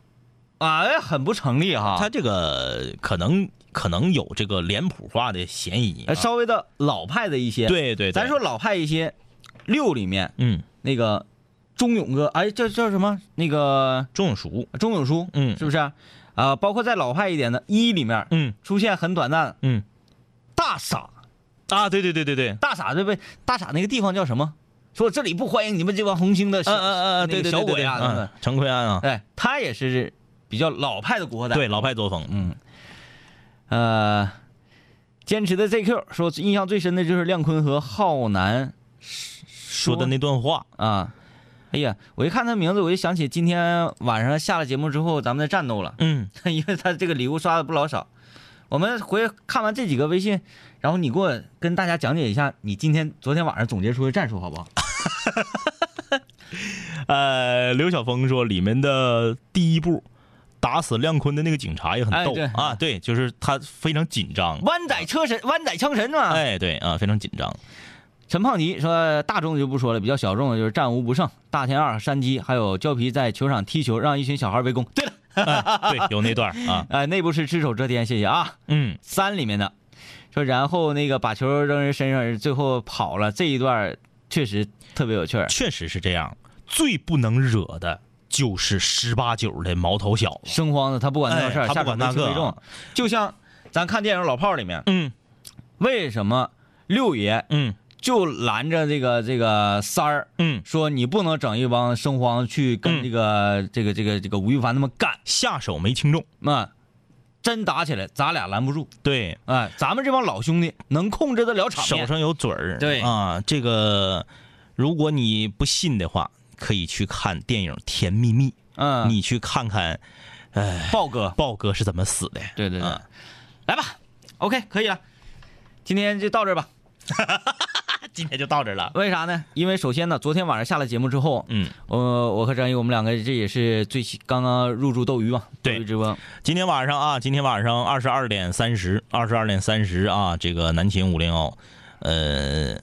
哎，很不成立哈。他这个可能可能有这个脸谱化的嫌疑、啊呃。稍微的老派的一些，，对对，对咱说，老派一些，六里面嗯，那个钟勇哥，哎，叫叫什么？那个钟永熟，钟永书，嗯是不是啊？啊包括再老派一点的一里面，嗯出现很短暂，嗯，大傻，啊，对对对对对，大傻对不对？大傻那个地方叫什么？说这里不欢迎你们这帮红星的小，嗯嗯嗯那嗯，对对个小鬼啊，等等嗯，陈奎安啊，哎，他也是比较老派的古惑仔，对，老派作风，嗯，呃，坚持的 ZQ 说印象最深的就是亮坤和浩南说的那段话，啊。哎呀，我一看他名字，我就想起今天晚上下了节目之后咱们的战斗了， 嗯，因为他这个礼物刷的不老少。我们回看完这几个微信，然后你给我跟大家讲解一下你今天昨天晚上总结出的战术好不好？呃，刘晓峰说里面的第一步。打死亮坤的那个警察也很哎逗、对啊，对，就是他非常紧张，湾仔车神，湾仔枪神嘛。哎，对啊，非常紧 张，陈胖迪说，大众的就不说了，比较小众的就是战无不胜、大天二、山鸡，还有胶皮在球场踢球，让一群小孩围攻。对了，对，有那段儿 啊，哎，内部是只手遮天，谢谢啊。嗯，三里面的说，然后那个把球扔人身上，最后跑了这一段，确实特别有趣儿。确实是这样，最不能惹的就是十八九的毛头小子，生慌的他不管那事儿，哎他下不管手那为个轻为重，就像咱看电影《老炮儿》里面，嗯为什么六爷嗯就拦着这个这个三儿？嗯，说你不能整一帮生慌去嗯跟这个、这个这个这个吴亦凡他们干，下手没轻重。那真打起来，咱俩拦不住。对，哎，咱们这帮老兄弟能控制得了场手面。上有嘴儿。对啊，这个如果你不信的话，可以去看电影《甜蜜蜜》，嗯，你去看看豹哥，豹哥是怎么死的。对对对，啊来吧，OK，可以了，今天就到这儿吧。 今天就到这儿了。为啥呢？因为首先呢，昨天晚上下了节目之后，嗯，我、我和张毅我们两个这也是最新刚刚入驻斗鱼嘛，对斗鱼直播，今天晚上啊，今天晚上二十二点三十，二十二点三十啊，这个南秦五零幺，呃，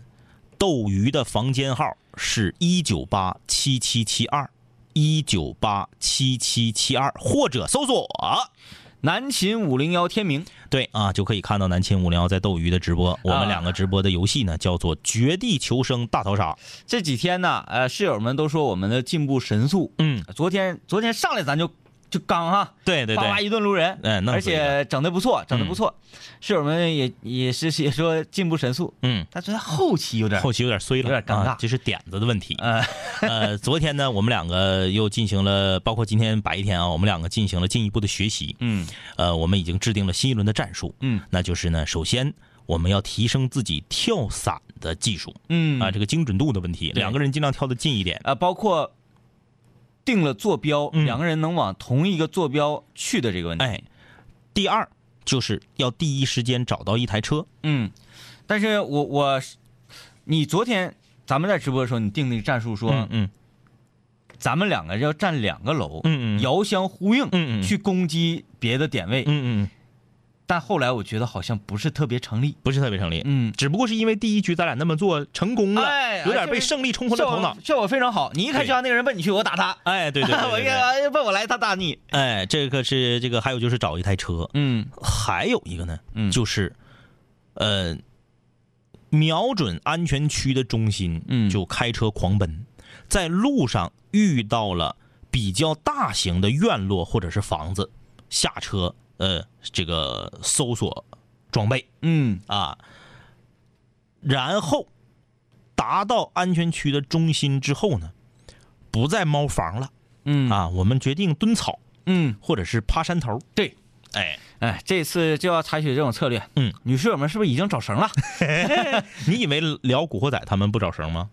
斗鱼的房间号是一九八七七七二。一九八七七七二，或者搜索南秦五零幺天明，对啊，就可以看到南秦五零幺在斗鱼的直播。我啊们两个直播的游戏呢，叫做《绝地求生大逃杀》。这几天呢，呃，室友们都说我们的进步神速，嗯，昨天昨天上来咱就就刚哈，对对叭叭对，一顿撸人，哎弄死嗯而且整的不错，整的不错，室友们也也是也说进步神速，嗯，但是他后期有点后期有点衰了，有点尴尬啊这是点子的问题。呃，呃，昨天呢，我们两个又进行了，包括今天白天啊，我们两个进行了进一步的学习。嗯呃，我们已经制定了新一轮的战术。嗯，那就是呢，首先我们要提升自己跳伞的技术 嗯啊，这个精准度的问题，对两个人尽量跳得近一点。呃，包括定了坐标，嗯两个人能往同一个坐标去的这个问题。哎，第二就是要第一时间找到一台车。嗯，但是我我，你昨天咱们在直播的时候，你定那个战术说，嗯嗯咱们两个要站两个楼，嗯嗯遥相呼应，嗯嗯去攻击别的点位。嗯嗯。但后来我觉得好像不是特别成立。不是特别成立，嗯只不过是因为第一局咱俩那么做成功了，哎有点这被是胜利冲昏了效头果脑。效果非常好。你一开始对让那个人奔你去，我打他。哎，对对对 我对一对看哎奔我来，他打你。哎，这个是这个，还有就是找一台车，嗯还有一个呢，嗯就是，呃，瞄准安全区的中心，嗯就开车狂奔，在路上遇到了比较大型的院落或者是房子，下车，呃，这个搜索装备嗯啊，然后达到安全区的中心之后呢，不再猫房了嗯啊，我们决定蹲草嗯，或者是爬山头，对。哎，哎，这次就要采取这种策略。嗯，女室友们是不是已经找 绳了？你以为聊《古惑仔》他们不找绳吗？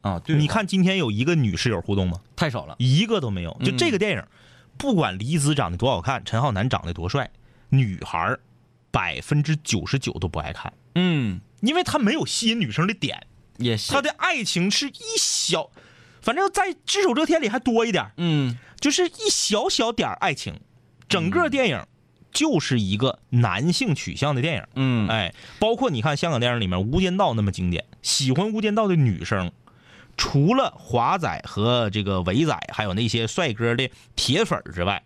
啊，对，你看今天有一个女室友互动吗？太少了。一个都没有。就嗯这个电影，不管黎姿长得多好看，陈浩南长得多帅，女孩百分之九十九都不爱看，嗯，因为他没有吸引女生的点，也是。他的爱情是一小，反正在《只手遮天》里还多一点儿，嗯就是一小小点儿爱情。整个电影就是一个男性取向的电影。嗯哎，包括你看香港电影里面《无间道》那么经典，喜欢《无间道》的女生，除了华仔和这个伟仔，还有那些帅哥的铁粉儿之外，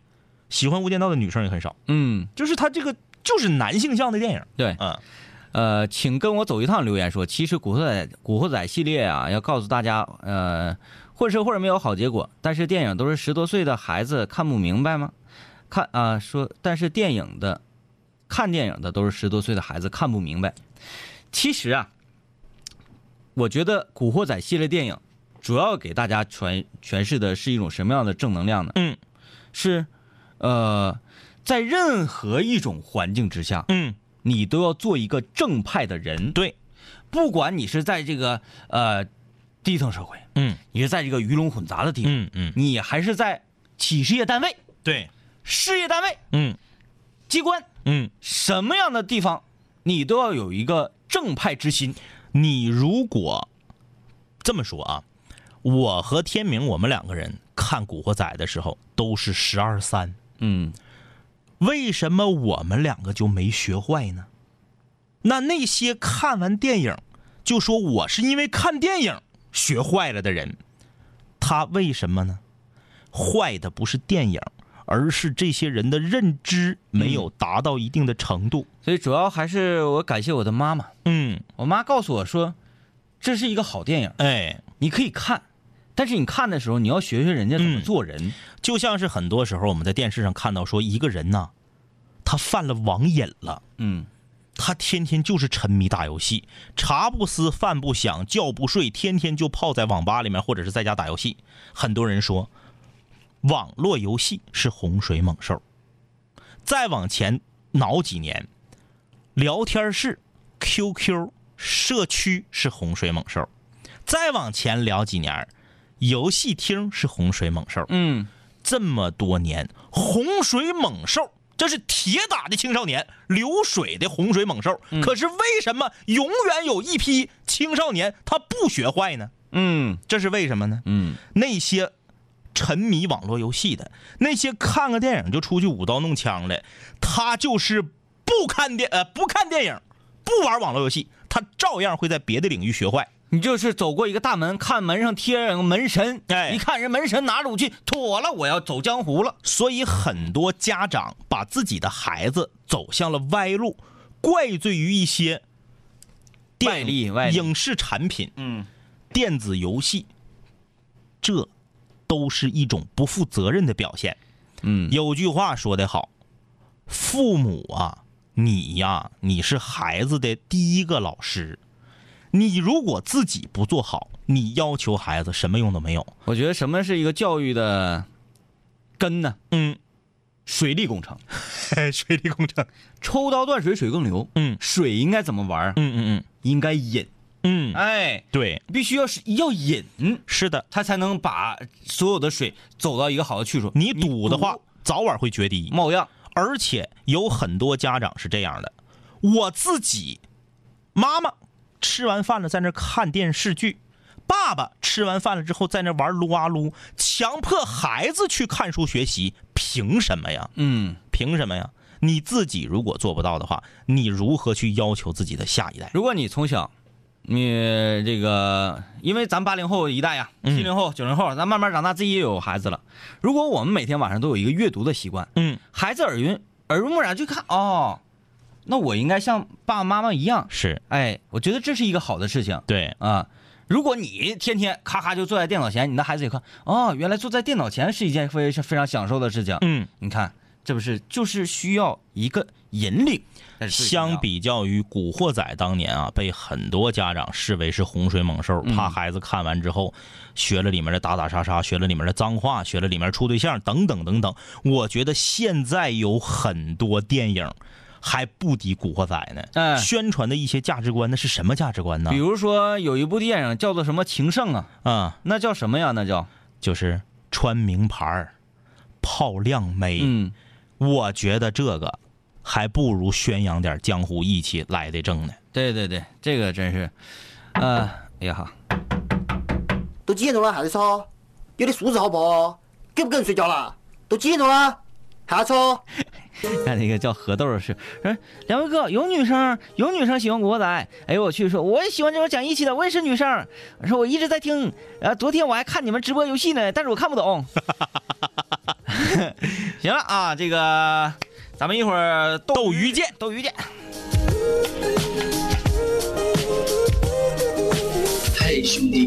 喜欢《无间道》的女生也很少。嗯，就是他这个就是男性向的电影，对。嗯，呃，请跟我走一趟。留言说，其实《古惑仔》《古惑仔》系列啊，要告诉大家，呃，混社会没有好结果，但是电影都是十多岁的孩子看不明白吗？看啊、说，但是电影的看电影的都是十多岁的孩子看不明白。其实啊，我觉得《古惑仔》系列电影主要给大家传诠释的是一种什么样的正能量呢？嗯，是，呃，在任何一种环境之下，嗯，你都要做一个正派的人。对，不管你是在这个呃低层社会，嗯你是在这个鱼龙混杂的地方，嗯嗯，你还是在企事业单位、对，事业单位、嗯机关嗯，什么样的地方，你都要有一个正派之心。你如果这么说啊，我和天明我们两个人看《古惑仔》的时候都是十二三，嗯为什么我们两个就没学坏呢？那那些看完电影就说我是因为看电影学坏了的人，他为什么呢？坏的不是电影，而是这些人的认知没有达到一定的程度。所以主要还是我感谢我的妈妈，嗯，我妈告诉我说，这是一个好电影，哎，你可以看，但是你看的时候你要学学人家怎么嗯做人。就像是很多时候我们在电视上看到说一个人呐，他犯了网瘾了。嗯他天天就是沉迷打游戏，茶不思饭不想，觉不睡，天天就泡在网吧里面或者是在家打游戏。很多人说，网络游戏是洪水猛兽。再往前挠几年，聊天室、QQ 社区是洪水猛兽。再往前聊几年，游戏厅是洪水猛兽。嗯，这么多年，洪水猛兽，这是铁打的青少年，流水的洪水猛兽。嗯可是为什么永远有一批青少年他不学坏呢？嗯这是为什么呢？嗯，那些沉迷网络游戏的，那些看个电影就出去舞刀弄枪的，他就是不看电呃不看电影，不玩网络游戏，他照样会在别的领域学坏。你就是走过一个大门，看门上贴着个门神，哎一看人门神拿着武器，妥了，我要走江湖了。所以很多家长把自己的孩子走向了歪路，怪罪于一些电外力外力影视产品、嗯电子游戏，这都是一种不负责任的表现。嗯有句话说得好，父母啊，你呀、你是孩子的第一个老师。你如果自己不做好，你要求孩子什么用都没有。我觉得什么是一个教育的根呢？嗯，水利工程，水利工程。抽刀断水水更流。嗯水应该怎么玩？嗯嗯应该引。嗯嗯，哎，对，必须要是要引，是的。它才能把所有的水走到一个好的去处。你赌嗯的话，早晚会决堤。冒样，而且有很多家长是这样的，我自己妈妈吃完饭了在那儿看电视剧，爸爸吃完饭了之后在那儿玩撸啊撸，强迫孩子去看书学习，凭什么呀？嗯凭什么呀？你自己如果做不到的话，你如何去要求自己的下一代？如果你从小，你这个，因为咱八零后一代呀，嗯七零后、九零后，咱慢慢长大，自己也有孩子了。如果我们每天晚上都有一个阅读的习惯，嗯，孩子耳濡耳濡目染去看哦，那我应该像爸爸妈妈一样，是哎，我觉得这是一个好的事情对，啊。如果你天天咔咔就坐在电脑前，你的孩子也看哦，原来坐在电脑前是一件非常非常享受的事情。嗯，你看，这不是就是需要一个引领，但是最重要相比较于《古惑仔》当年啊，被很多家长视为是洪水猛兽，嗯怕孩子看完之后学了里面的打打杀杀，学了里面的脏话，学了里面处对象等等等等。我觉得现在有很多电影还不敌《古惑仔》呢，哎宣传的一些价值观，那是什么价值观呢比？如说有一部电影叫做什么《情圣》啊，啊、那叫什么呀？那叫就是穿名牌儿泡靓妹，嗯，我觉得这个还不如宣扬点江湖义气来的正呢。对对对，这个真是，呃，哎呀哈，都几点钟了还在吵？有点素质好不好？给不给人睡觉了？都几点钟了还吵？ 看那个叫何豆儿是，嗯，两位哥，有女生有女生喜欢古惑仔，哎呦我去，说我也喜欢这种讲义气的，我也是女生，我说我一直在听，呃，昨天我还看你们直播游戏呢，但是我看不 懂。行了啊，这个咱们一会儿斗鱼见，斗鱼见。嘿，兄弟，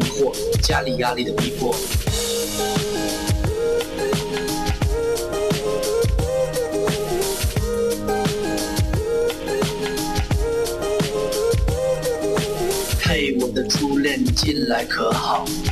惑，家里压力的逼迫。嘿，我的初恋，你近来可好？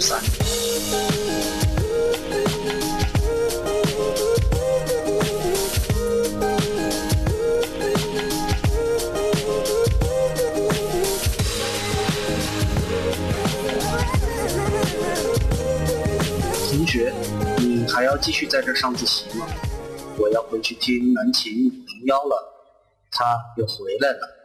三。同学，你还要继续在这儿上自习吗？我要回去听南琴五零幺了，他又回来了。